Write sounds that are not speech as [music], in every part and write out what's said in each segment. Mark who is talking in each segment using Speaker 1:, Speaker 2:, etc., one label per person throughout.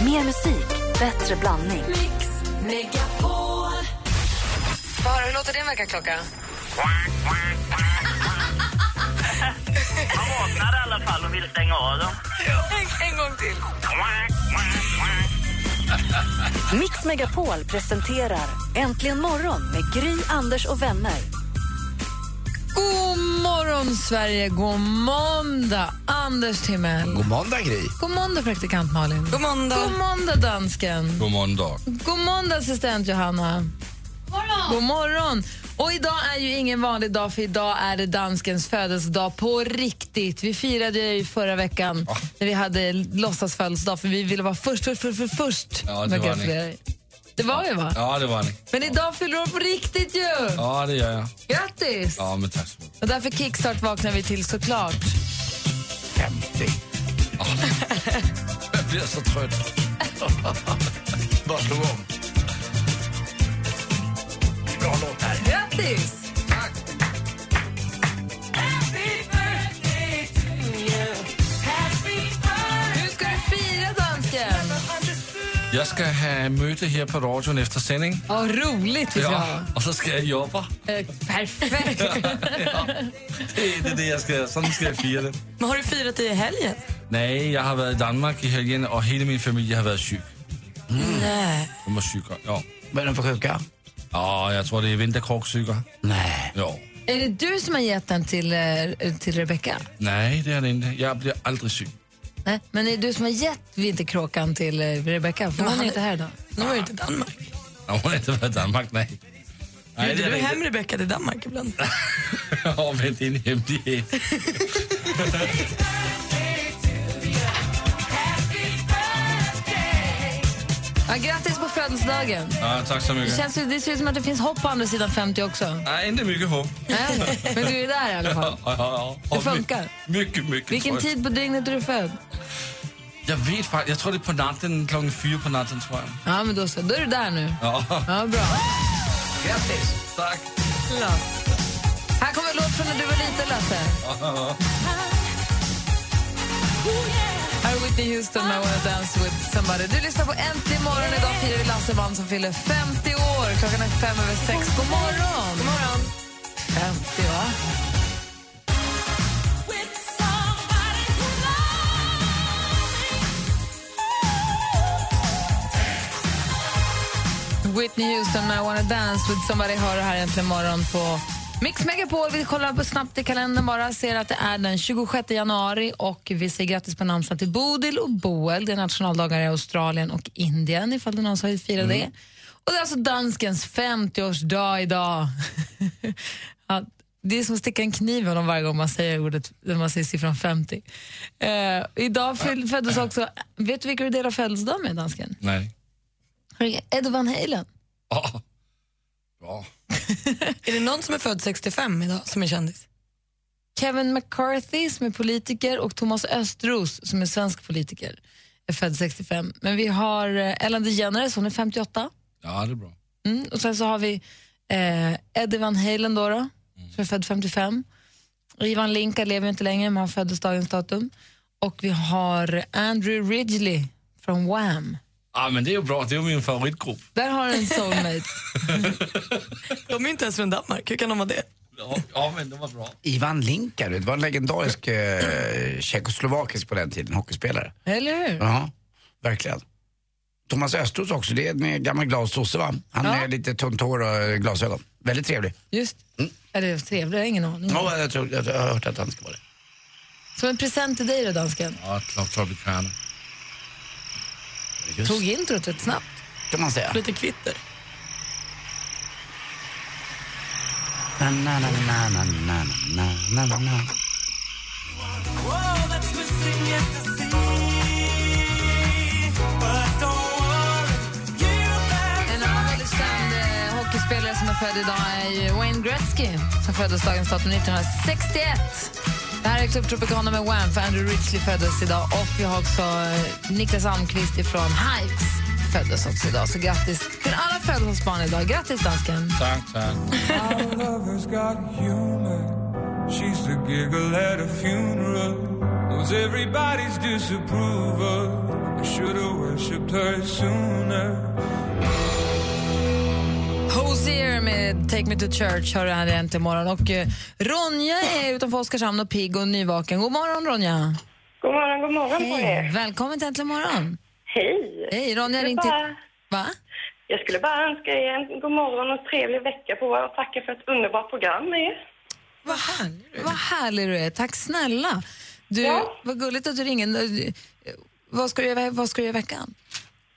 Speaker 1: Mer musik, bättre blandning.
Speaker 2: Mix Megapol.
Speaker 3: Bara, hur låter din väckarklocka?
Speaker 4: Man vaknar i alla fall och vill stänga av dem.
Speaker 3: En, en gång till.
Speaker 1: Mix Megapol presenterar Äntligen morgon med Gry, Anders och vänner.
Speaker 2: God morgon, Sverige. God måndag, Anders Timell.
Speaker 5: God måndag, Gry.
Speaker 2: God måndag, praktikant Malin.
Speaker 3: God måndag.
Speaker 2: God måndag, dansken.
Speaker 6: God måndag.
Speaker 2: God måndag, assistent Johanna. God morgon. Och idag är ju ingen vanlig dag, för idag är det danskens födelsedag på riktigt. Vi firade ju förra veckan när vi hade låtsasfödelsedag, för vi ville vara först, först, först, först, först.
Speaker 6: Ja, det
Speaker 2: med att
Speaker 6: var ni.
Speaker 2: gratulera dig. Det var vi, va?
Speaker 6: Ja, det var ni.
Speaker 2: Men idag fyller du år på riktigt ju!
Speaker 6: Ja, det gör jag.
Speaker 2: Grattis!
Speaker 6: Ja, men tack så mycket.
Speaker 2: Och därför kickstart vaknar vi till såklart.
Speaker 5: 50.
Speaker 6: Jag blir så trött.
Speaker 5: Bara slå om. Bra låt här.
Speaker 2: Grattis! Nu ska du fira dansken!
Speaker 6: Jag ska ha möte här på radion efter sändning.
Speaker 2: Vad roligt vi ska ha.
Speaker 6: Och så ska jag jobba.
Speaker 2: Eh, Perfekt!
Speaker 6: [laughs] Ja, det är det, det jag ska göra. Sådan ska jag fira det.
Speaker 3: Men har du firat i helgen?
Speaker 6: Nej, jag har varit i Danmark i helgen och hela min familj har varit sjuk. Mm.
Speaker 3: Nej.
Speaker 6: De var sjuka, ja.
Speaker 5: Vad är den för sjuka?
Speaker 6: Ja, jag tror det är vinterkråksyka.
Speaker 5: Nej.
Speaker 6: Ja.
Speaker 2: Är det du som har gett den till, eh, till Rebecca?
Speaker 6: Nej, det är det inte. Jag blir aldrig sjuk.
Speaker 2: Nej, men är det du som har gett vinterkråkan till eh, Rebecca? För hon är inte här idag.
Speaker 3: Nu var du till Danmark.
Speaker 6: Jag har inte varit i Danmark, nej. Nej,
Speaker 3: Bjuder
Speaker 6: är
Speaker 3: du
Speaker 6: inte.
Speaker 3: hem Rebecka till
Speaker 6: [laughs]
Speaker 3: Danmark ibland?
Speaker 6: Ja, men det är en hemlighet.
Speaker 2: Ja, grattis på födelsedagen!
Speaker 6: Ja, tack Ah, så
Speaker 2: Det,
Speaker 6: mycket.
Speaker 2: känns, ju- det ser ut som att det finns hopp på andra sidan 50 också.
Speaker 6: Nej, inte mycket hopp.
Speaker 2: Nej, men du är där i alla fall.
Speaker 6: Ja, ja, ja.
Speaker 2: Det funkar.
Speaker 6: Mycket, mycket
Speaker 2: Vilken
Speaker 6: trött.
Speaker 2: tid på dygnet är du född?
Speaker 6: Jag vet faktiskt. Jag tror det är på natten, klockan fyra på natten tror jag.
Speaker 2: Ja, men då så. Då är du där nu.
Speaker 6: Ja,
Speaker 2: Ja, bra.
Speaker 5: Grattis.
Speaker 6: tack.
Speaker 2: Här kommer en låt från när du var liten, Lasse. Här är Whitney Houston med I wanna dance with somebody. Du lyssnar på Äntligen morgon. Idag firar vi Lasse Band som fyller 50 år. Klockan är fem över sex. God morgon! God morgon. 50, va? Whitney Houston med I wanna dance with somebody hör det här äntligen morgon på Mix Megapol. Vi kollar på snabbt i kalendern bara, ser att det är den 26 januari och vi säger grattis på namnsdag till Bodil och Boel. Det är nationaldagar i Australien och Indien ifall det är någon som vill fira det. Och det är alltså danskens 50-årsdag idag. [laughs] ja, det är som att sticka en kniv i honom varje gång man säger ordet, när man säger siffran 50. Eh, idag fyll- föddes också, vet du vilka du delar födelsedag med dansken?
Speaker 6: Nej.
Speaker 2: Ed Van Halen.
Speaker 6: Ja. Bra.
Speaker 3: Är det någon som är född 65 idag som är kändis?
Speaker 2: Kevin McCarthy som är politiker och Thomas Östros som är svensk politiker. Är född 65. Men vi har eh, Ellen DeGeneres, hon är 58.
Speaker 6: Ja, det är bra.
Speaker 2: Mm. Och sen så har vi eh, Eddie Van Halen då, då som är född 55. Och Ivan Linka lever ju inte längre, men han föddes dagens datum. Och vi har Andrew Ridgely från Wham.
Speaker 6: Ja, men det är ju bra. Det är ju min favoritgrupp.
Speaker 2: Där har du en soulmate.
Speaker 3: De är inte ens från Danmark, hur kan de vara det?
Speaker 6: Ja, Ja, men det var bra.
Speaker 5: Ivan Linka, du vet, var en legendarisk eh, tjeckoslovakisk på den tiden, hockeyspelare.
Speaker 2: Eller hur?
Speaker 5: Ja, verkligen. Thomas Östros också, det är en eh, gammal glad sosse va? Han
Speaker 2: Ja.
Speaker 5: är lite tunt hår och eh, glasögon. Väldigt trevlig.
Speaker 2: Just. Är det trevligt? Jag har ingen aning.
Speaker 5: Ja, jag, tror, jag har hört att han ska vara det.
Speaker 2: Som en present till dig då, dansken.
Speaker 6: Ja, klart Tropicana.
Speaker 5: Just,
Speaker 2: Tog introt rätt snabbt.
Speaker 5: kan man säga.
Speaker 3: Lite kvitter.
Speaker 5: Na, na, na, na, na, na, na, na, na, na.
Speaker 2: En annan väldigt känd eh, hockeyspelare som är född idag är ju Wayne Gretzky som föddes dagens datum 1961. Det här är Club Tropicana med Wham! för Andrew Ridgely föddes idag och vi har också eh, Niklas Almqvist ifrån Hives föddes också idag. Så grattis till alla födelsedagsbarn idag. Grattis dansken!
Speaker 6: Tack, tack.
Speaker 7: lover's got humor. She's the giggle at a funeral. Knows everybody's disapproval. I should have worshipped her sooner.
Speaker 2: Hosier med Take Me To Church hör det här äntligen morgon. Och eh, Ronja är utanför Oskarshamn och pigg och nyvaken. God morgon Ronja!
Speaker 8: God morgon, god morgon på er.
Speaker 2: Välkommen till Äntligen morgon!
Speaker 8: Hej.
Speaker 2: Hej, Ronja
Speaker 8: Jag
Speaker 2: ringde...
Speaker 8: bara-
Speaker 2: Va?
Speaker 8: Jag skulle bara önska er en god morgon och trevlig vecka på er och tacka för ett underbart program med er.
Speaker 2: Vad härlig, vad härlig du är. Tack snälla. Du,
Speaker 8: Ja.
Speaker 2: Vad gulligt att du ringer. Eh, Vad ska du göra, vad ska du göra i veckan?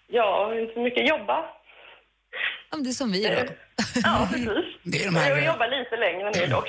Speaker 8: Ja, inte så mycket jobba.
Speaker 2: Ja, men det är som vi
Speaker 8: Eh,
Speaker 2: [laughs] då.
Speaker 8: Ja, precis.
Speaker 5: Det är de här-
Speaker 8: Jag jobbar lite längre nu
Speaker 2: [laughs]
Speaker 8: dock.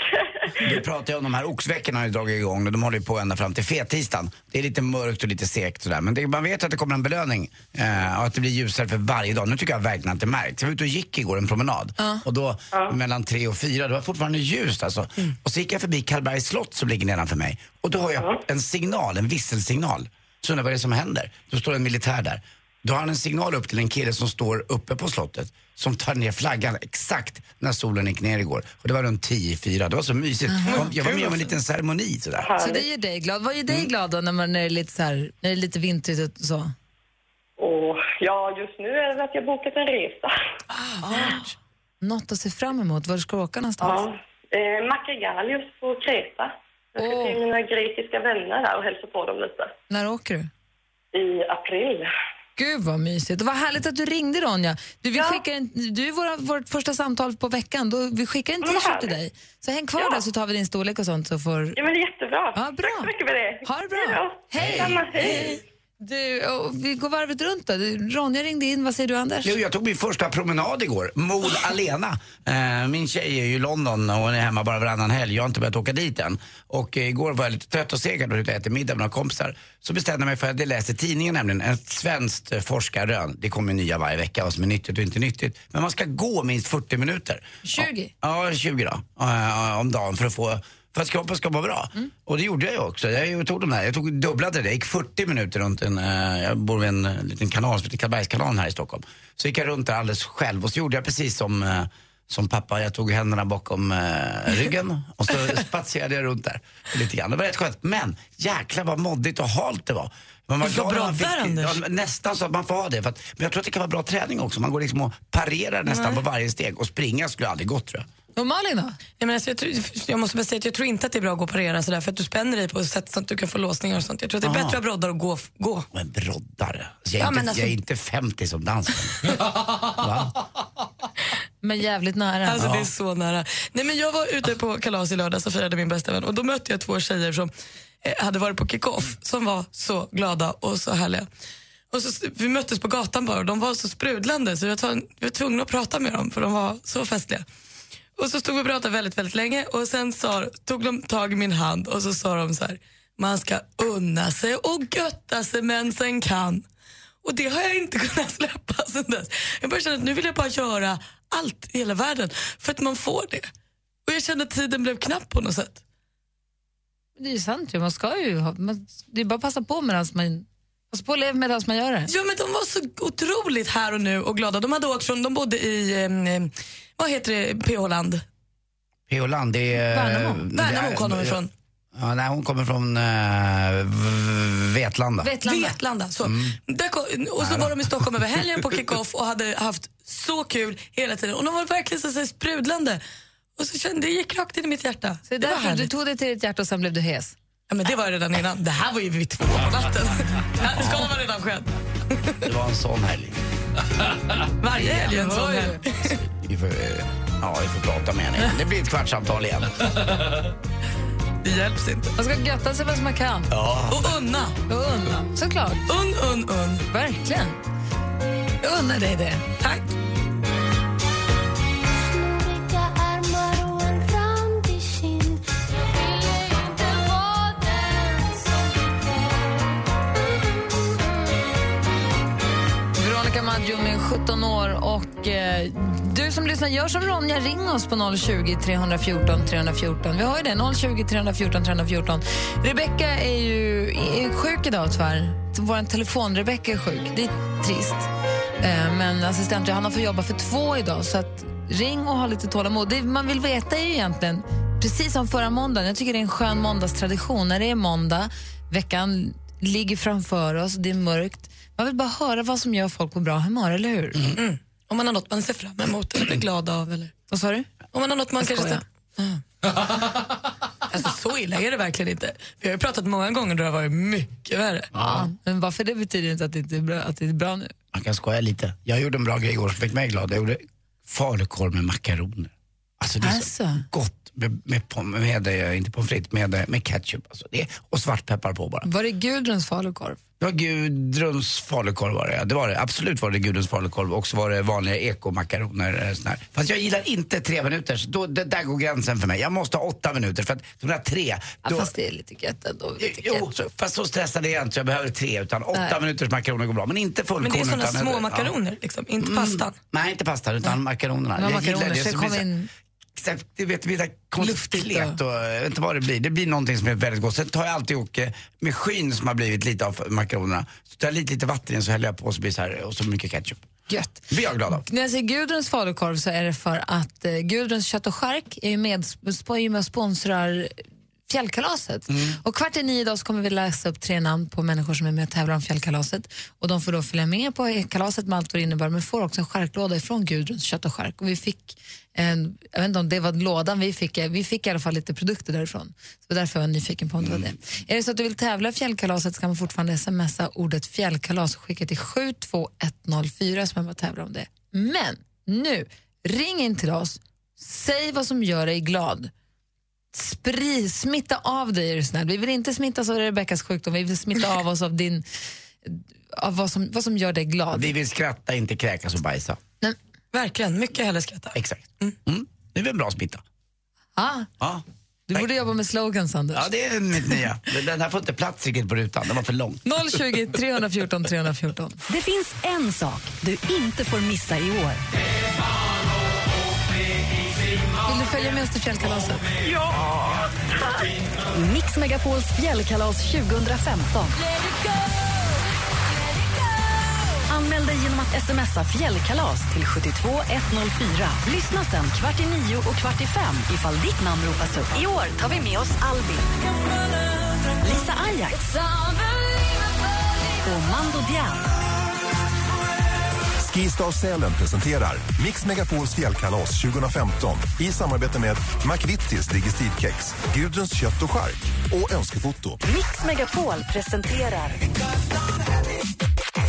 Speaker 5: Vi pratar ju om de här oxveckorna har ju dragit igång och de håller ju på ända fram till fettisdagen. Det är lite mörkt och lite segt sådär men det, man vet att det kommer en belöning eh, och att det blir ljusare för varje dag. Nu tycker jag verkligen att det märks. Jag var ute och gick igår en promenad och då mellan tre och fyra, det var fortfarande ljust alltså. Och så gick jag förbi Karlbergs slott som ligger nedanför mig och då har jag en signal, en visselsignal. Så undrar jag vad det är som händer. Då står en militär där. Då har han en signal upp till en kille som står uppe på slottet som tar ner flaggan exakt när solen gick ner igår. Och det var runt 10 i fyra. Det var så mysigt. Jag- Jag var med om en liten ceremoni sådär.
Speaker 2: Så det gör dig glad. Vad gör dig
Speaker 8: Mm.
Speaker 2: glad då när, man, när, det är lite så här, när det är lite vintrigt och så?
Speaker 8: Och ja, just nu är det att jag bokat en resa.
Speaker 2: Något att se fram emot. Var ska du åka någonstans?
Speaker 8: Ja. Eh, Makregalios på Kreta. Jag ska
Speaker 2: Åh.
Speaker 8: till mina grekiska vänner där och hälsa på dem lite.
Speaker 2: När åker du?
Speaker 8: I april.
Speaker 2: Gud vad mysigt. Och vad härligt att du ringde Ronja. Du, vi skickar en, du är våra, vårt första samtal på veckan. Då, vi skickar en
Speaker 8: Ja, men
Speaker 2: t-shirt till
Speaker 8: härligt.
Speaker 2: dig. Så häng kvar
Speaker 8: Ja.
Speaker 2: där så tar vi din storlek och sånt. Så får...
Speaker 8: Ja, men det är jättebra.
Speaker 2: Ja, bra.
Speaker 8: Tack så mycket för det.
Speaker 2: Ha det
Speaker 8: Hej
Speaker 2: bra.
Speaker 8: då. Detsamma, hej.
Speaker 2: Du, och vi går varvet runt då. Du, Ronja ringde in. Vad säger du Anders?
Speaker 5: Jo, jag tog min första promenad igår, Mol alena. Eh, min tjej är ju i London och hon är hemma bara varannan helg. Jag har inte börjat åka dit än. Och eh, igår var jag lite trött och seg, jag var ute och ätit middag med några kompisar. Så bestämde jag mig för att jag läste tidningen nämligen, ett svenskt eh, forskarrön. Det kommer ju nya varje vecka, vad som är nyttigt och inte nyttigt. Men man ska gå minst 40 minuter.
Speaker 2: 20.
Speaker 5: Ja, 20 då. eh, Om dagen för att få för att kroppen ska må bra. Och det gjorde jag ju också. Jag ju tog de här, jag tog dubblade det. Jag gick 40 minuter runt en, eh, jag bor vid en eh, liten kanal som heter Karlbergskanalen här i Stockholm. Så gick jag runt där alldeles själv och så gjorde jag precis som, eh, som pappa. Jag tog händerna bakom eh, ryggen och så spatserade jag runt där lite grann. Det var rätt skönt. Men jäklar vad moddigt och halt det var. Man var
Speaker 3: Vad bra
Speaker 5: när man fick-
Speaker 3: där, Anders.
Speaker 5: Ja, men nästan så att man får ha det. För att, men jag tror att det kan vara bra träning också. Man går liksom och parerar nästan på varje steg. Och springa skulle aldrig gått tror jag.
Speaker 2: Och Malin då?
Speaker 3: Nej, men alltså, jag, tror, jag måste bara säga att jag tror inte att det är bra att gå och parera sådär för att du spänner dig på ett sätt så att du kan få låsningar och sånt. Jag tror att det är
Speaker 5: Aha.
Speaker 3: bättre att brodda och gå. gå.
Speaker 5: Men broddare. Alltså jag, är
Speaker 3: Ja,
Speaker 5: inte,
Speaker 3: men alltså-
Speaker 5: jag är inte 50 som
Speaker 3: [laughs]
Speaker 5: dansare. Va?
Speaker 2: Men jävligt nära.
Speaker 3: Alltså det är så nära. Nej men jag var ute på kalas i lördags och firade min bästa vän och då mötte jag två tjejer som eh, hade varit på kick-off som var så glada och så härliga. Och så, vi möttes på gatan bara och de var så sprudlande så jag var, jag var tvungen att prata med dem för de var så festliga. Och så stod vi och pratade väldigt, väldigt länge och sen sa, tog de tag i min hand och så sa de så här, man ska unna sig och götta sig men sen kan. Och det har jag inte [laughs] kunnat släppa sen dess. Jag bara kände att nu vill jag bara göra allt i hela världen för att man får det. Och jag kände att tiden blev knapp på något sätt.
Speaker 2: Det är ju sant ju. Man ska ju ha, man, det är bara att passa på medan man... Passa på och leva medan man gör det.
Speaker 3: Ja men de var så otroligt här och nu och glada. De hade åkt från, de bodde i, em, em, vad heter det, PH-land?
Speaker 5: P.O. Land, det är...
Speaker 2: Värnamo.
Speaker 5: det är-
Speaker 3: Värnamo kom de ifrån.
Speaker 5: Ja, nej, hon kommer från eh, v- Vetlanda.
Speaker 2: Vetlanda. Mm.
Speaker 3: Vetlanda. Så. Där kom, och så var de i
Speaker 2: [laughs]
Speaker 3: Stockholm över helgen på kick-off och hade haft så kul hela tiden. Och de var verkligen så, så här sprudlande. Och så kände, det gick rakt in i mitt hjärta.
Speaker 2: Så det är
Speaker 3: var
Speaker 2: därför du
Speaker 3: härligt.
Speaker 2: tog det till ditt hjärta och sen blev du hes.
Speaker 3: ja, men det var ju redan innan. Det här var ju vid två på [laughs] natten. Det här skadan var redan skedd.
Speaker 5: Det var en sån helg.
Speaker 3: Varje helg är en sån
Speaker 2: Oj.
Speaker 3: helg.
Speaker 5: Vi får, eh, ja, vi får prata med henne. Det blir ett kvartssamtal igen.
Speaker 3: Det hjälps inte.
Speaker 2: Man ska götta sig medan man kan.
Speaker 3: Och unna.
Speaker 2: Och unna. Såklart.
Speaker 3: Unn, unn, unn.
Speaker 2: Verkligen. Jag unnar dig det.
Speaker 3: Tack.
Speaker 2: Veronica Maggio med 17 år. Och eh, Du som lyssnar, gör som Ronja. Ring oss på 020 314 314. Vi har ju det. 020 314 314. Rebecka är ju är sjuk idag tyvärr. Vår telefon-Rebecka är sjuk. Det är trist. Eh, men assistent Johanna får jobba för två idag. Så att ring och ha lite tålamod. Det man vill veta är ju egentligen, precis som förra måndagen, jag tycker det är en skön måndagstradition. När det är måndag, veckan ligger framför oss, det är mörkt. Man vill bara höra vad som gör folk på bra humör, eller hur?
Speaker 5: Mm.
Speaker 3: Om man har något man ser fram emot eller blir glad av. Eller.
Speaker 2: Vad sa du?
Speaker 3: Om man har något man kanske...
Speaker 2: skojar.
Speaker 3: Mm. [laughs] alltså så illa är det verkligen inte. Vi har ju pratat många gånger då det har varit mycket värre.
Speaker 2: Ja. Men varför det betyder inte att det inte är bra, att det är bra nu?
Speaker 5: Man kan skoja lite. Jag gjorde en bra grej igår som fick mig glad. Jag gjorde falukorv med makaroner. Alltså det är
Speaker 2: Alltså.
Speaker 5: så gott med, med, pom- med, eh, inte pommes frites, med, eh, med ketchup. Alltså det, och svartpeppar på bara.
Speaker 2: Var det Gudruns falukorv?
Speaker 5: Det var Gudruns falukorv var det, ja. det var det. Absolut var det Gudruns falukorv och så var det vanliga ekomakaroner. eh, sån här. Fast jag gillar inte tre minuter. Så då, det, där går gränsen för mig. Jag måste ha åtta minuter för att de där tre...
Speaker 2: Ja,
Speaker 5: Då,
Speaker 2: fast det är lite gött ändå. Lite
Speaker 5: Jo, så, fast så stressad är jag inte så jag behöver tre utan åtta minuters makaroner går bra. Men inte fullkorn.
Speaker 3: Men det är sådana
Speaker 5: utan-
Speaker 3: små
Speaker 5: ja.
Speaker 3: makaroner, liksom, inte pastan.
Speaker 5: Nej, inte pasta utan makaronerna.
Speaker 2: Det var makaroner, så det
Speaker 5: blir
Speaker 2: kom in-
Speaker 5: exakt, det vet du, blir
Speaker 2: Luftigt
Speaker 5: konstigt och jag vet inte vad det blir. Det blir någonting som är väldigt gott. Sen tar jag alltid och eh, med skyn som har blivit lite av makaronerna, så tar jag lite, lite vatten i den så häller jag på och så blir det så här, och så mycket ketchup.
Speaker 2: gött.
Speaker 5: Det blir jag glad av.
Speaker 2: När jag säger Gudruns falukorv så är det för att eh, Gudruns kött och skärk är ju med, sp- är ju med och sponsrar Fjällkalaset. Och kvart i nio idag så kommer vi läsa upp tre namn på människor som är med och tävlar om Fjällkalaset. Och de får då följa med på kalaset med allt vad det innebär men får också en skärklåda ifrån Gudruns kött och skärk. Och vi fick, en, jag vet inte om det var lådan vi fick, eh, vi fick i alla fall lite produkter därifrån. Så därför var jag nyfiken på om det var det. Är det så att du vill tävla i Fjällkalaset så kan man fortfarande smsa ordet fjällkalas och skicka till 72104 så man bara tävlar om det. Men nu, ring in till oss, säg vad som gör dig glad. Spri, smitta av dig är du snäll. Vi vill inte smittas av Rebeckas sjukdom, vi vill smitta av oss av din av vad som, vad som gör dig glad.
Speaker 5: Vi vill skratta, inte kräkas och bajsa.
Speaker 3: Verkligen, mycket hellre skratta.
Speaker 5: Exakt. Mm. Det är väl en bra smitta?
Speaker 2: Ah,
Speaker 5: Ja.
Speaker 2: du borde jobba med slogans, Anders.
Speaker 5: Ja, det är mitt nya. Den- Den här får inte plats riktigt på rutan, den var för lång.
Speaker 2: 020 314 [laughs] 314.
Speaker 1: Det finns en sak du inte får missa i år.
Speaker 2: Vill du följa med oss till fjällkalaset?
Speaker 1: Mix Megapols fjällkalas 2015. Anmäl dig genom att smsa fjällkalas till 72104. Lyssna sen kvart i nio och kvart i fem ifall ditt namn ropas upp. I år tar vi med oss Albin, Lisa Ajax och Mando Dian.
Speaker 9: Skistar Sälen presenterar Mix Megapols fjällkalas 2015 i samarbete med McVittys Digestivkex, Gudruns kött och skark och Önskefoto.
Speaker 1: Mix Megapol presenterar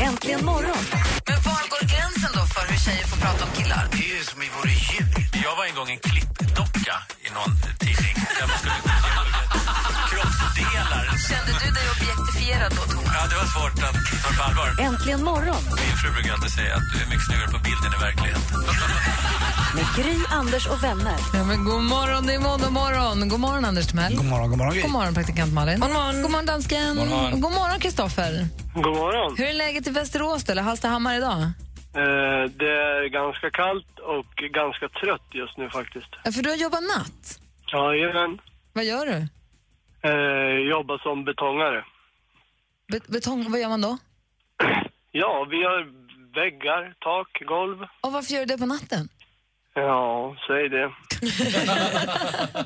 Speaker 1: Äntligen morgon
Speaker 2: Men var går gränsen då för hur tjejer får prata om killar?
Speaker 10: Det är ju som i våra djur. Jag var en gång en klippdocka i någon tidning. Där man skulle kroppsdelar.
Speaker 2: Kände du dig objektifierad då, Thomas?
Speaker 10: Ja, det var svårt att ta det på allvar.
Speaker 1: Äntligen morgon
Speaker 10: Min fru brukar alltid säga att du är mycket snyggare på bilden i verkligheten.
Speaker 1: med Gry, Anders och vänner.
Speaker 2: Ja, men god morgon, det är måndag morgon. God morgon, Anders Timell.
Speaker 5: God morgon, god morgon. Gry.
Speaker 2: God morgon, praktikant Malin.
Speaker 3: God morgon.
Speaker 2: God morgon, dansken.
Speaker 6: God morgon.
Speaker 2: Och God morgon, Kristoffer.
Speaker 4: God morgon.
Speaker 2: Hur är läget i Västerås då, eller Hallstahammar idag?
Speaker 4: Eh, det är ganska kallt och ganska trött just nu faktiskt.
Speaker 2: Ja, för du har jobbat natt.
Speaker 4: Jajamän.
Speaker 2: Vad gör du?
Speaker 4: Eh, jobbar som betongare.
Speaker 2: Bet- betong, vad gör man då?
Speaker 4: Ja, vi har väggar, tak, golv.
Speaker 2: Och varför gör du det på natten?
Speaker 4: Ja, säg det.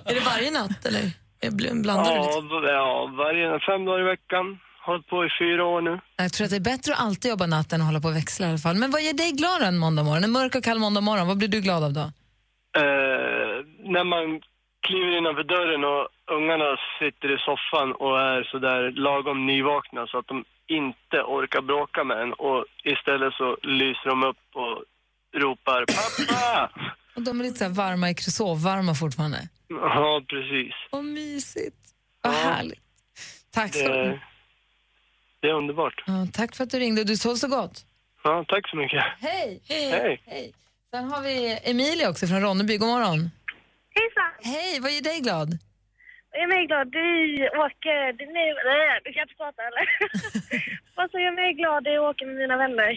Speaker 3: Är det varje natt eller Jag blir- blandar du
Speaker 4: Ja,
Speaker 3: lite?
Speaker 4: v- ja, varje fem dagar i veckan. Hållit på i fyra år nu.
Speaker 2: Jag tror att det är bättre att alltid jobba natten och hålla på och växla i alla fall. Men vad gör dig glad en måndag morgon? En mörk och kall måndag morgon, vad blir du glad av då?
Speaker 4: Eh, när man kliver innanför dörren och ungarna sitter i soffan och är sådär lagom nyvakna så att de inte orkar bråka med en och istället så lyser de upp och ropar pappa!
Speaker 2: Och de är lite så här varma i sovvarma fortfarande.
Speaker 4: Ja, precis.
Speaker 2: Vad mysigt. Vad
Speaker 4: Ja.
Speaker 2: härligt. Tack, ska,
Speaker 4: Det, det är underbart.
Speaker 2: ja, tack för att du ringde. Du sov så gott.
Speaker 4: Ja, tack så mycket.
Speaker 2: Hej!
Speaker 4: Hej.
Speaker 2: Hej. Sen har vi Emilia också från Ronneby. God morgon.
Speaker 8: Hejsan!
Speaker 2: Hej, vad gör dig glad?
Speaker 8: Jag är mig glad. Du åker... Du, nej, nej, du kan inte prata eller? Vad som gör mig glad är att åka med mina vänner.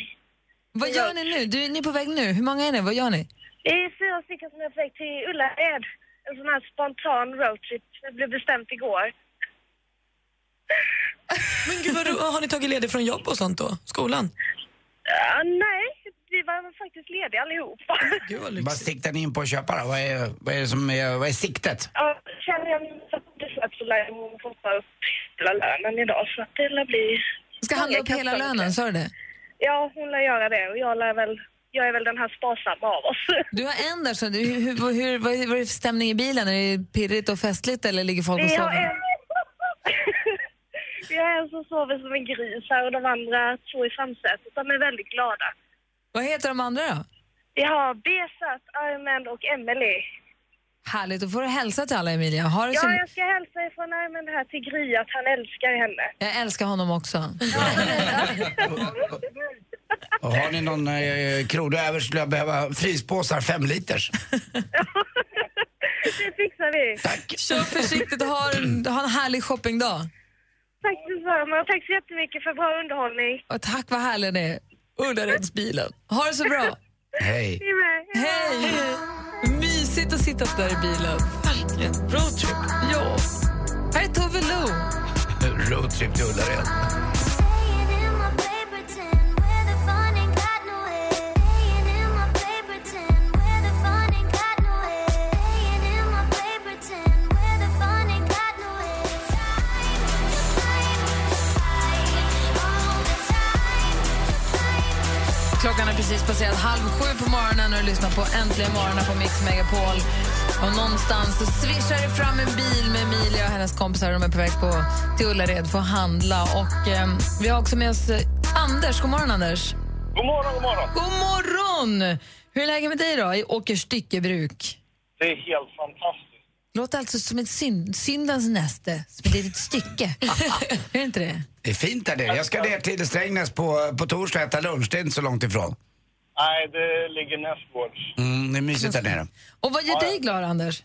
Speaker 2: Vad gör ni nu? Du, ni är på väg nu. Hur många är ni? Vad gör ni?
Speaker 8: Det är fyra stycken som är på väg till Ullared. En sån här spontan roadtrip. Det blev bestämt igår.
Speaker 3: Men gud, vad, ro- har ni tagit ledigt från jobb och sånt då? Skolan?
Speaker 8: Ja, nej, vi var faktiskt lediga allihopa.
Speaker 3: Gud
Speaker 5: Vad
Speaker 3: vad lyxigt.
Speaker 5: siktar ni in på att köpa då? Vad är, vad är, det som är, vad är siktet?
Speaker 8: Ja, känner jag mig så uppköpt så lär hon poppa upp hela lönen idag. Så att det lär bli...
Speaker 2: Ska handla upp hela lönen, sa du det?
Speaker 8: Ja, hon lär göra det och jag lär väl... Jag är väl den här sparsamma av oss.
Speaker 2: Du har en där, så du, hur, hur, hur, vad är vad är det för stämning i bilen? Är det pirrigt och festligt eller ligger folk och
Speaker 8: Vi har [laughs]
Speaker 2: sover?
Speaker 8: en... Vi har en som sover som en gris här och de andra två i framsätet, de är väldigt glada.
Speaker 2: Vad heter de andra då?
Speaker 8: Vi har BZ, Armand och Emily.
Speaker 2: Härligt, då får du hälsa till alla Emilia. Har det
Speaker 8: Ja,
Speaker 2: så...
Speaker 8: jag ska hälsa ifrån Armand här till Gry att han älskar henne.
Speaker 2: Jag älskar honom också.
Speaker 5: Och har ni någon eh, krona över skulle jag behöva fryspåsar, fem liters.
Speaker 8: Det fixar vi.
Speaker 5: Tack.
Speaker 2: Kör försiktigt och ha en, ha en härlig shoppingdag.
Speaker 8: Tack detsamma och tack så jättemycket för bra underhållning.
Speaker 2: Och tack vad härlig ni är. Ullaredsbilen. Ha det så bra.
Speaker 5: Hej.
Speaker 8: Ni med.
Speaker 2: Hej! Mysigt att sitta så där i bilen. Verkligen. Roadtrip. Ja. Här är Tove Lo.
Speaker 5: Roadtrip till Ullared.
Speaker 2: Klockan är precis passerat halv sju på morgonen och du lyssnar på Äntligen morgon här på Mix Megapol. Och någonstans så svischar det fram en bil med Emilia och hennes kompisar. De är på väg på, till Ullared för att handla. Och, eh, vi har också med oss eh, Anders. God morgon, Anders.
Speaker 11: God morgon, god morgon.
Speaker 2: God morgon! Hur är läget med dig då i Åkerstyckebruk?
Speaker 11: Det är helt fantastiskt.
Speaker 2: Låter alltså som ett synd, syndens näste, som ett litet stycke. [laughs] är det inte det?
Speaker 5: Det är fint där nere. Jag ska ner till Strängnäs på, på torsdag och äta lunch. Det är inte så långt ifrån.
Speaker 11: Nej, det ligger nästgårds.
Speaker 5: Mm, det är mysigt där nere.
Speaker 2: Och vad gör dig glad, Anders?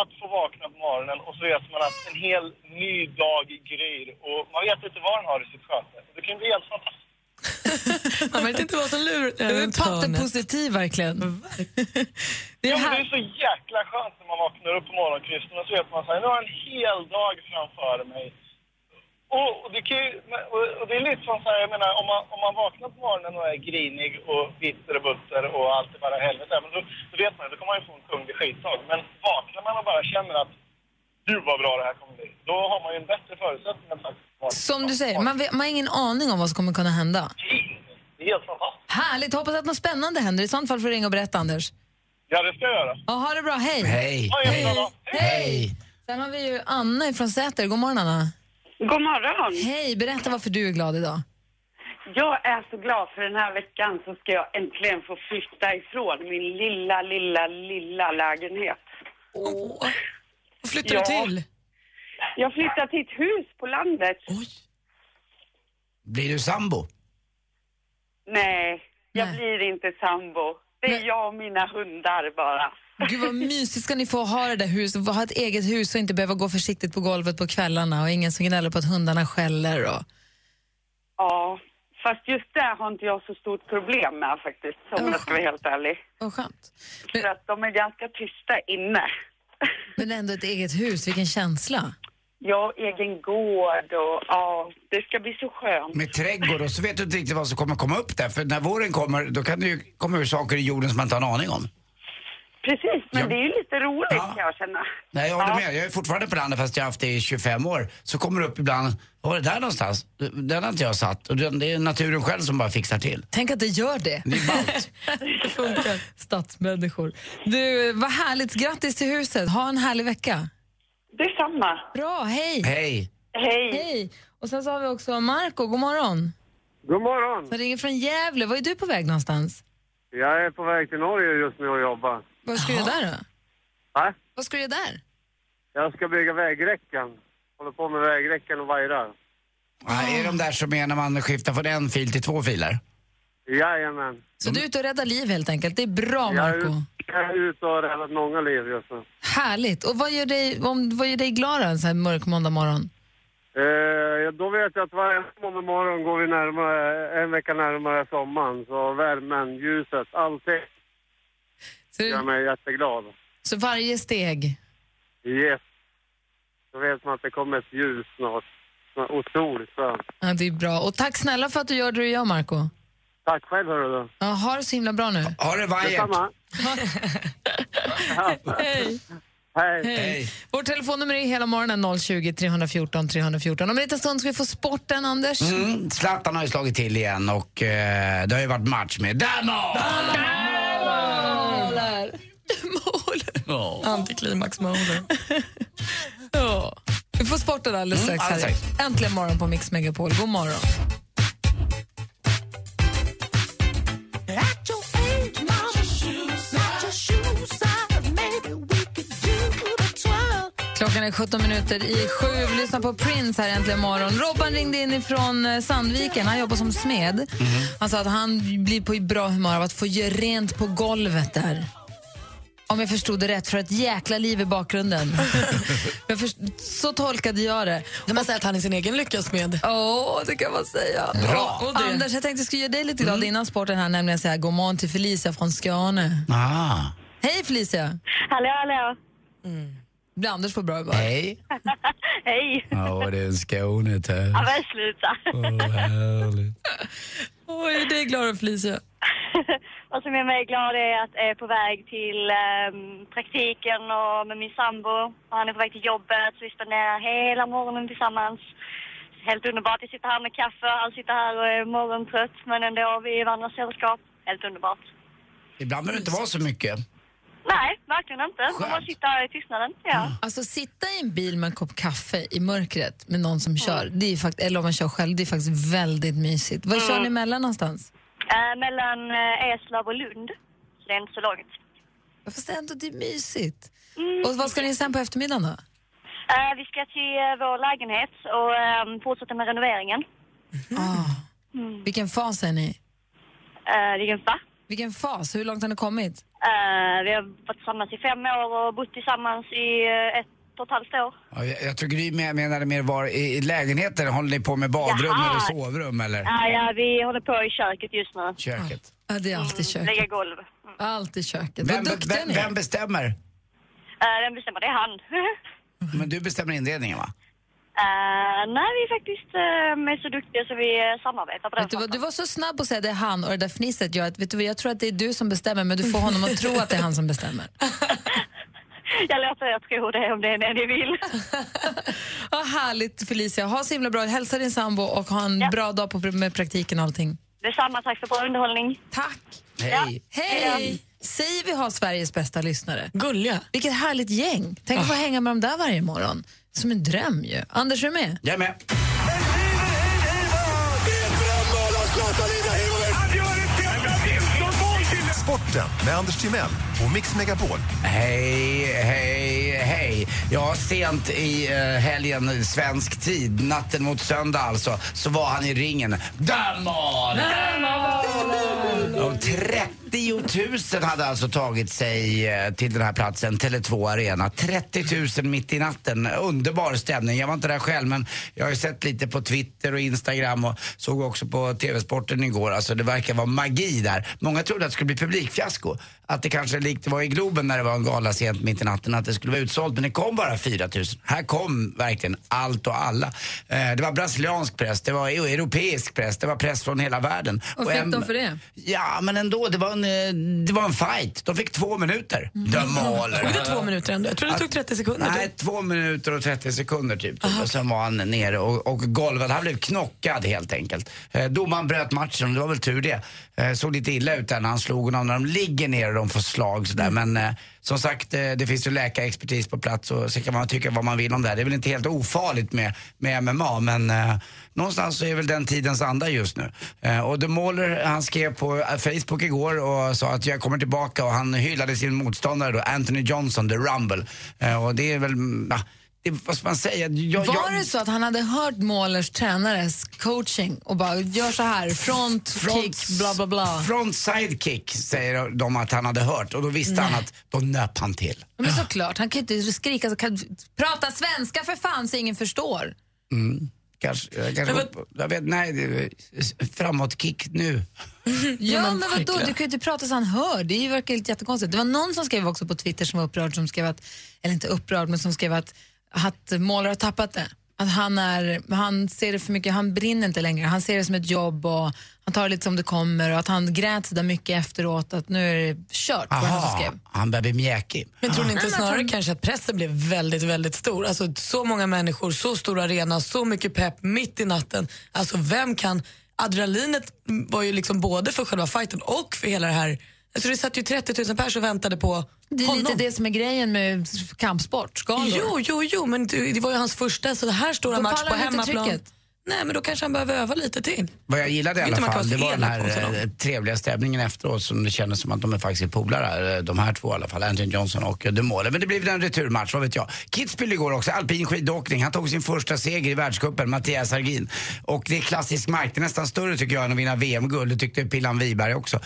Speaker 11: Att få vakna på morgonen och så vet man att en hel ny dag gryr och man vet inte vad den har i sitt sköte. Det kan bli helt fantastiskt.
Speaker 3: Man vet inte vad som lurar
Speaker 2: Du är
Speaker 3: runt hörnet.
Speaker 2: pattepositiv verkligen.
Speaker 11: Det
Speaker 2: [laughs] Det är
Speaker 11: är, ja, men det
Speaker 2: här-
Speaker 11: är så jäkla skönt när man vaknar upp på morgonkvisten och så vet man så här, nu har jag en hel dag framför mig. Och, och, det, kan ju, och, och det är lite som så här, jag menar, om man, om man vaknar på morgonen och är grinig och bitter och butter och allt är bara helvete, men då, då vet man ju, då kommer man ju få en kunglig skitdag. Men vaknar man och bara känner att gud vad bra det här kommer bli, då har man ju en bättre förutsättning att faktiskt vakna.
Speaker 2: Som du säger, man, vet, man har ingen aning om vad som kommer kunna hända.
Speaker 11: Det är helt fantastiskt.
Speaker 2: Härligt, hoppas att något spännande händer. I sånt fall får du ringa och berätta, Anders.
Speaker 11: Ja, det ska jag göra.
Speaker 2: Ja, ha det bra, hej!
Speaker 5: Hej.
Speaker 11: Ha en jättebra dag.
Speaker 2: Hej! Sen har vi ju Anna från Säter. God morgon, Anna.
Speaker 12: God morgon!
Speaker 2: Hej, berätta varför du är glad idag.
Speaker 12: Jag är så glad för den här veckan så ska jag äntligen få flytta ifrån min lilla, lilla, lilla lägenhet.
Speaker 3: Åh, vad flyttar
Speaker 12: Ja.
Speaker 3: du till?
Speaker 12: Jag flyttar till ett hus på landet.
Speaker 5: Blir du sambo?
Speaker 12: Nej, jag
Speaker 2: Nej.
Speaker 12: blir inte sambo. Det är jag och mina hundar bara.
Speaker 2: Gud vad mysigt ska ni få ha det där huset, ha ett eget hus och inte behöva gå försiktigt på golvet på kvällarna och ingen som gnäller på att hundarna skäller. Och...
Speaker 12: Ja, fast just det har inte jag så stort problem med faktiskt, om jag ska vara helt ärlig.
Speaker 2: Vad skönt.
Speaker 12: För att de är ganska tysta inne.
Speaker 2: Men ändå ett eget hus, vilken känsla.
Speaker 12: Jag har egen gård och ja, det ska bli så skönt.
Speaker 5: Med trädgård och så vet du inte riktigt vad som kommer komma upp där. För när våren kommer, då kan det ju komma ur saker i jorden som man inte har en aning om.
Speaker 12: Precis, men det är ju lite roligt
Speaker 5: Ja.
Speaker 12: kan jag känna.
Speaker 5: Nej, jag håller med. Jag är fortfarande på landet fast jag har haft det i 25 år. Så kommer det upp ibland, vad var det där någonstans? Den har inte jag satt. Och den, det är naturen själv som bara fixar till.
Speaker 2: Tänk att det gör det.
Speaker 5: Det är ballt.
Speaker 2: Det funkar. Stadsmänniskor. Du, vad härligt. Grattis till huset. Ha en härlig vecka.
Speaker 12: Detsamma.
Speaker 2: Bra, hej.
Speaker 5: Hej.
Speaker 12: Hej.
Speaker 2: Hej. Och sen så har vi också Marco. God morgon.
Speaker 13: God morgon!
Speaker 2: Som ringer från Gävle. Var är du på väg någonstans?
Speaker 13: Jag är på väg till Norge just nu och jobbar.
Speaker 2: Vad ska du göra där då?
Speaker 13: Va?
Speaker 2: Vad ska du göra där?
Speaker 13: Jag ska bygga vägräcken. Håller på med vägräcken och vajrar.
Speaker 5: Ja, är de där som är när man skiftar från en fil till två filer?
Speaker 13: Jajamän.
Speaker 2: Så du är ute och räddar liv helt enkelt. Det är bra,
Speaker 13: Jag är,
Speaker 2: Marco.
Speaker 13: ut, jag är ute och har räddat många liv just nu.
Speaker 2: Härligt. Och vad gör dig, om, vad gör dig glad då, en sån här mörk måndag morgon?
Speaker 13: Eh, ja, då vet jag att varje måndag morgon går vi närmare, en vecka närmare sommaren. Så värmen, ljuset, allting
Speaker 2: Så,
Speaker 13: gör mig jätteglad.
Speaker 2: så varje steg.
Speaker 13: Yes. Då vet man att det kommer ett ljus snart. Snart- Otroligt skönt.
Speaker 2: Ja, det är bra. Och tack snälla för att du gör det du gör, Marco.
Speaker 13: Tack själv hörru du.
Speaker 2: Ja,
Speaker 5: [laughs]
Speaker 2: ha det så himla bra nu.
Speaker 5: Har du vajert?
Speaker 13: Detsamma.
Speaker 2: Hej.
Speaker 13: Hej.
Speaker 2: Vårt telefonnummer är hela morgonen 020 314 314. Om en liten stund ska vi få sporten, Anders. [laughs]
Speaker 5: Mm, Zlatan har ju slagit till igen och eh, det har ju varit match med Danmark!
Speaker 2: Målar.
Speaker 5: Ja.
Speaker 3: Antiklimax med orden.
Speaker 2: Ja. Vi får sporten alldeles
Speaker 3: Mm,
Speaker 2: strax. här.
Speaker 3: alldeles
Speaker 2: Äntligen morgon på Mix Megapol. God morgon. Klockan är 17 minuter i sju. Vi lyssnar på Prince här äntligen morgon. Robban ringde in ifrån eh, Sandviken. Han jobbar som smed.
Speaker 3: Mhm.
Speaker 2: Han sa att han blir på bra humör av att få göra rent på golvet där. Om jag förstod det rätt, för ett jäkla liv i
Speaker 5: [laughs]
Speaker 2: bakgrunden. jag först- så tolkade jag det. Kan man säga att han är sin egen lyckas med? Ja, det kan man säga.
Speaker 5: Bra. Mm.
Speaker 2: Och Anders, jag tänkte jag skulle göra dig lite glad innan sporten här, nämligen säga god morgon till Felicia från Skåne.
Speaker 5: Ah.
Speaker 2: Hej Felicia!
Speaker 10: Hallå, hallå!
Speaker 2: Blir Anders på bra humör?
Speaker 5: Hej!
Speaker 10: Hej!
Speaker 5: Ja, det är en skånetös.
Speaker 10: Ja, men sluta.
Speaker 2: Oj, det är glada Felicia.
Speaker 10: Vad som gör mig glad är att jag är på väg till ehm, praktiken och med min sambo. Och han är på väg till jobbet, så vi spenderar hela morgonen tillsammans. Helt underbart. Jag sitter här med kaffe, han sitter här och är morgontrött, men ändå, vi är i varandras sällskap. Helt underbart.
Speaker 5: Ibland behöver det inte vara så mycket.
Speaker 10: Nej, verkligen inte. Man bara sitter här i tystnaden. Ja.
Speaker 2: Alltså sitta i en bil med en kopp kaffe i mörkret med någon som kör, det är fakt- eller om man kör själv, det är faktiskt väldigt mysigt. Var
Speaker 10: Mm.
Speaker 2: kör ni emellan någonstans?
Speaker 10: Eh, mellan eh, Eslöv och Lund. Så det är inte så långt.
Speaker 2: Fast det är ändå det är mysigt. Och vad ska ni sen på eftermiddagen då?
Speaker 10: Eh, vi ska till eh, vår lägenhet och ehm, fortsätta med renoveringen.
Speaker 2: Ah. Vilken fas är ni
Speaker 10: Eh, vilken va?
Speaker 2: Vilken fas? Hur långt har ni kommit?
Speaker 10: Eh, vi har varit tillsammans i fem år och bott tillsammans i eh, ett och ett halvt år.
Speaker 5: Ja, jag, jag tror Gry men- menade mer var i, i lägenheten. Håller ni på med badrum
Speaker 10: Jaha.
Speaker 5: eller sovrum eller?
Speaker 10: Ja, ja, vi håller på i köket just nu.
Speaker 5: Köket.
Speaker 2: Ja, det är alltid köket.
Speaker 10: Lägga golv. Mm.
Speaker 2: Alltid köket.
Speaker 5: Vem, be- vem, vem bestämmer?
Speaker 10: Eh, vem bestämmer? Det är han. [laughs]
Speaker 5: Men du bestämmer inredningen va?
Speaker 10: Eh, nej, vi är faktiskt uh, är så duktiga så vi eh, samarbetar på den
Speaker 2: Vet du, vad, du var så snabb på att säga det är han och det där fnisset gör att vet du, vad, jag tror att det är du som bestämmer men du får honom att tro att det är han som bestämmer.
Speaker 10: Jag låter er tro det om det är det ni
Speaker 2: [laughs]
Speaker 10: vill.
Speaker 2: [laughs] Vad härligt Felicia, ha så himla bra. Hälsa din sambo och ha en bra dag på, med praktiken och allting.
Speaker 10: Detsamma, tack för bra underhållning.
Speaker 2: Tack!
Speaker 5: Hej!
Speaker 2: Hej! Säger vi har Sveriges bästa lyssnare. Gulliga. Vilket härligt gäng. Tänk att få hänga med dem där varje morgon. Som en dröm ju. Anders, är du med?
Speaker 5: Jag är med.
Speaker 4: Sporten med Anders Timell och Mix Megapol.
Speaker 5: Hej, hej, hej. Ja, sent i eh, helgen, svensk tid, natten mot söndag alltså, så var han i ringen. Damal! Och 30 000 hade alltså tagit sig eh, till den här platsen, Tele2 Arena. 30 000 mitt i natten. Underbar stämning. Jag var inte där själv, men jag har ju sett lite på Twitter och Instagram och såg också på TV-sporten igår. Alltså det verkar vara magi där. Många trodde att det skulle bli publikfiasko. Att det kanske likt det var i Globen när det var en gala sent mitt i natten, att det skulle vara utsålt. Men det kom bara 4 000. Här kom verkligen allt och alla. Eh, Det var brasiliansk press, det var e- europeisk press, det var press från hela världen.
Speaker 2: Vad fick
Speaker 5: en-
Speaker 2: de för det?
Speaker 5: Ja, men ändå. Det var en, eh, det var en fight. De fick två minuter. De maler.
Speaker 3: Mm. Tog det två minuter ändå? Jag tror det tog 30 sekunder.
Speaker 5: Nej, två minuter och 30 sekunder typ. Och sen var han nere och, och golvet, han blev knockad helt enkelt. Eh, domaren bröt matchen och det var väl tur det. Eh, såg lite illa ut där när han slog honom. När de ligger ner och de får slag sådär.
Speaker 3: Mm.
Speaker 5: Men eh, som sagt, eh, det finns ju läkarexpertis på plats och så kan man tycka vad man vill om det här. Det är väl inte helt ofarligt med, med MMA men eh, någonstans så är väl den tidens anda just nu. Eh, och The Mauler, han skrev på eh, Facebook igår och sa att jag kommer tillbaka och han hyllade sin motståndare då, Anthony Johnson, The Rumble. Eh, och det är väl, mm, ja, det, vad ska man säga? Jag,
Speaker 2: Var
Speaker 5: jag,
Speaker 2: det så att han hade hört Målers tränares coaching och bara gör så här, front, kick, bla bla bla.
Speaker 5: Front sidekick säger de att han hade hört och då visste han att då nöp han till.
Speaker 2: Ja, Men såklart, han kan ju inte skrika så kan, prata svenska för fan så ingen förstår.
Speaker 5: Mm. Kanske, jag, kanske, jag vet, nej, det- framåtkick nu.
Speaker 2: Ja men vadå,
Speaker 5: verkligen.
Speaker 2: du kan ju inte prata så han hör. Det är ju verkar lite jättekonstigt. Det var någon som skrev också på Twitter som var upprörd som skrev att, eller inte upprörd men som skrev att, att målare har tappat det. Att han, är, han ser det för mycket, han brinner inte längre. Han ser det som ett jobb och Han tar det lite som det kommer och att han grät så där mycket efteråt att nu är det kört. var det han som skrev.
Speaker 5: Aha, han börjar bli mjäkig.
Speaker 3: Men tror ni inte
Speaker 2: Nej, men
Speaker 3: snarare
Speaker 2: tror-
Speaker 3: kanske att pressen blev väldigt, väldigt stor? Alltså så många människor, så stor arena, så mycket pepp mitt i natten. Alltså vem kan? Adrenalinet var ju liksom både för själva fighten och för hela det här. Alltså det satt ju 30 000 personer och väntade på
Speaker 2: Det är
Speaker 3: honom.
Speaker 2: lite det som är grejen med kampsport, skalor.
Speaker 3: Jo, jo, jo, men det det var ju hans första så det här stora
Speaker 2: Då
Speaker 3: match
Speaker 2: pallar
Speaker 3: på
Speaker 2: han inte
Speaker 3: hemmaplan.
Speaker 2: trycket.
Speaker 3: Nej, men då kanske han behöver öva lite till.
Speaker 5: Vad jag gillade i
Speaker 3: Vet
Speaker 5: alla
Speaker 3: du, man kan
Speaker 5: fall, det
Speaker 3: vara så
Speaker 5: var den
Speaker 3: elak mot
Speaker 5: här
Speaker 3: honom.
Speaker 5: eh, trevliga stämningen efteråt som det kändes som att de är faktiskt är polare, eh, de här två i alla fall, Anthony Johnson och eh, Demore. Men det blir väl en returmatch, vad vet jag. Kitzbühel igår också, alpin skidåkning. Han tog sin första seger i världscupen, Mattias Hargin. Och det är klassisk mark, det är nästan större tycker jag än att vinna VM-guld, det tyckte Pillan Wiberg också.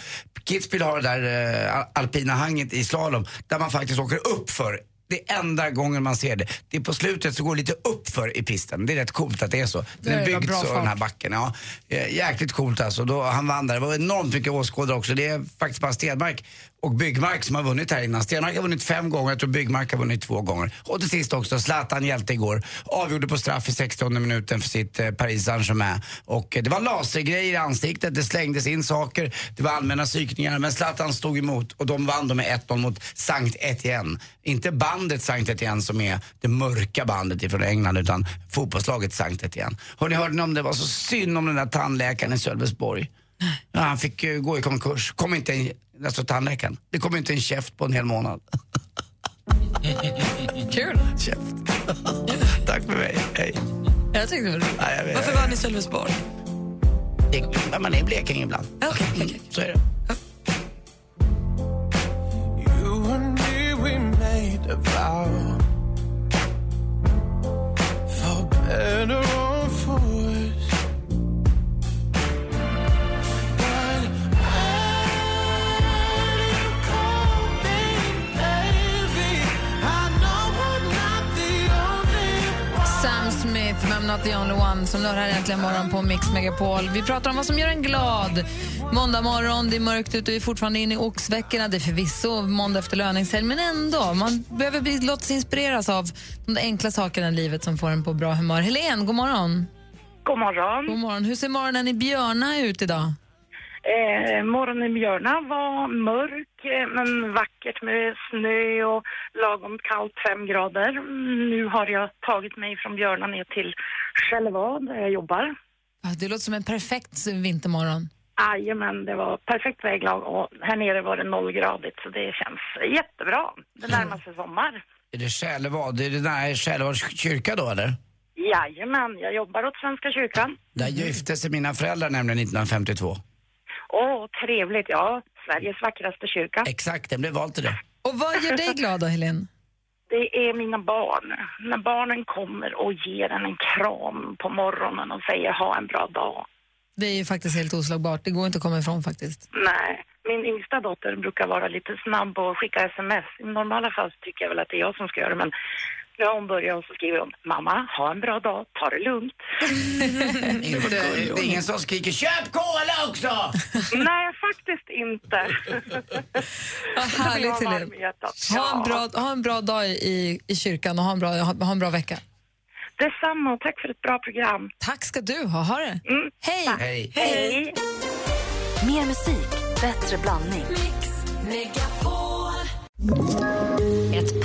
Speaker 5: Kitzbühel har det där eh, al- alpina hanget i slalom, där man faktiskt åker upp för det är enda gången man ser det. Det är på slutet så går det lite uppför i pisten. Det är rätt coolt att det är så. Den
Speaker 2: Det
Speaker 5: är
Speaker 2: var
Speaker 5: byggd
Speaker 2: bra
Speaker 5: så
Speaker 2: fart.
Speaker 5: den här backen. Ja, Eh, jäkligt coolt alltså. Då, han vann där. Det var enormt mycket åskådare också. Det är faktiskt bara Stenmark och Byggmark som har vunnit här innan. Stenmark har vunnit fem gånger, jag tror Byggmark har vunnit två gånger. Och till sist också Zlatan, hjälte igår, avgjorde på straff i 60 minuten för sitt eh, Paris Saint-Germain. Och eh, det var lasergrejer i ansiktet, det slängdes in saker, det var allmänna psykningar. Men Zlatan stod emot och de vann då med 1-0 mot Sankt Etienne. Inte bandet Sankt Etienne som är det mörka bandet ifrån England utan fotbollslaget Sankt Etienne. Hörni, hörde ni om det var så synd om den där tandläkaren i Sölvesborg? Ja, han fick eh, gå i konkurs. Kom inte en, alltså tandläkaren. Det kom inte en käft på en hel månad.
Speaker 2: Kul.
Speaker 5: Käft. Tack för mig. Hej.
Speaker 2: Jag tyckte det var roligt.
Speaker 5: Nej, eh. jag vet-
Speaker 3: Varför vann ni Sölvesborg?
Speaker 5: Det- men Man är i Blekinge ibland.
Speaker 3: Okej,
Speaker 5: Mm, Så är det.
Speaker 7: You and me, we made a vow. For better or for worse. But when you call me baby, I know I'm not the only one.
Speaker 2: Sam Smith, I'm not the only one, som du hör här äntligen morgon på Mix Megapol. Vi pratar om vad som gör en glad. Måndag morgon, det är mörkt ute, vi är fortfarande inne i oxveckorna. Det är förvisso måndag efter löningshelg, men ändå. Man behöver bli, låta sig inspireras av de där enkla sakerna i livet som får en på bra humör. Helen, god morgon.
Speaker 14: God morgon.
Speaker 2: God morgon. Hur ser morgonen i Björna ut idag?
Speaker 14: Eh, morgonen i Björna var mörk eh, men vackert med snö och lagom kallt, fem grader. Mm, Nu har jag tagit mig från Björna ner till Själva där jag jobbar.
Speaker 2: Ah, Det låter som en perfekt vintermorgon.
Speaker 14: Jajamän, det var perfekt väglag och här nere var det nollgradigt så det känns jättebra. Det närmar sig sommar.
Speaker 5: Är det Själevad? Är det nära Själevads kyrka då eller?
Speaker 14: Jajamän, jag jobbar åt Svenska kyrkan.
Speaker 5: Där
Speaker 3: Mm.
Speaker 5: gifte sig mina föräldrar nämligen 1952.
Speaker 14: Åh, trevligt. Ja, Sveriges vackraste kyrka.
Speaker 5: Exakt, den blev vald
Speaker 3: [laughs]
Speaker 5: till det.
Speaker 2: Och vad gör dig glad då, Helen?
Speaker 14: Det är mina barn. När barnen kommer och ger en en kram på morgonen och säger ha en bra dag.
Speaker 2: Det är ju faktiskt helt oslagbart. Det går inte att komma ifrån faktiskt.
Speaker 14: Nej, min yngsta dotter brukar vara lite snabb och skicka sms. I normala fall så tycker jag väl att det är jag som ska göra det, men nu har hon börjat och så skriver hon mamma, ha en bra dag, ta det
Speaker 2: [laughs]
Speaker 14: lugnt.
Speaker 5: Inte, det är ingen som skriker köp kola också!
Speaker 14: Nej, faktiskt inte.
Speaker 2: Vad härligt, Helen. Ha en bra, ha en bra dag i, i kyrkan och ha en bra, ha, ha en bra vecka.
Speaker 14: Detsamma och tack för ett bra program.
Speaker 2: Tack ska du ha. Ha det. Hej.
Speaker 5: Hej.
Speaker 14: Hej!
Speaker 1: Mer musik, bättre blandning. Ett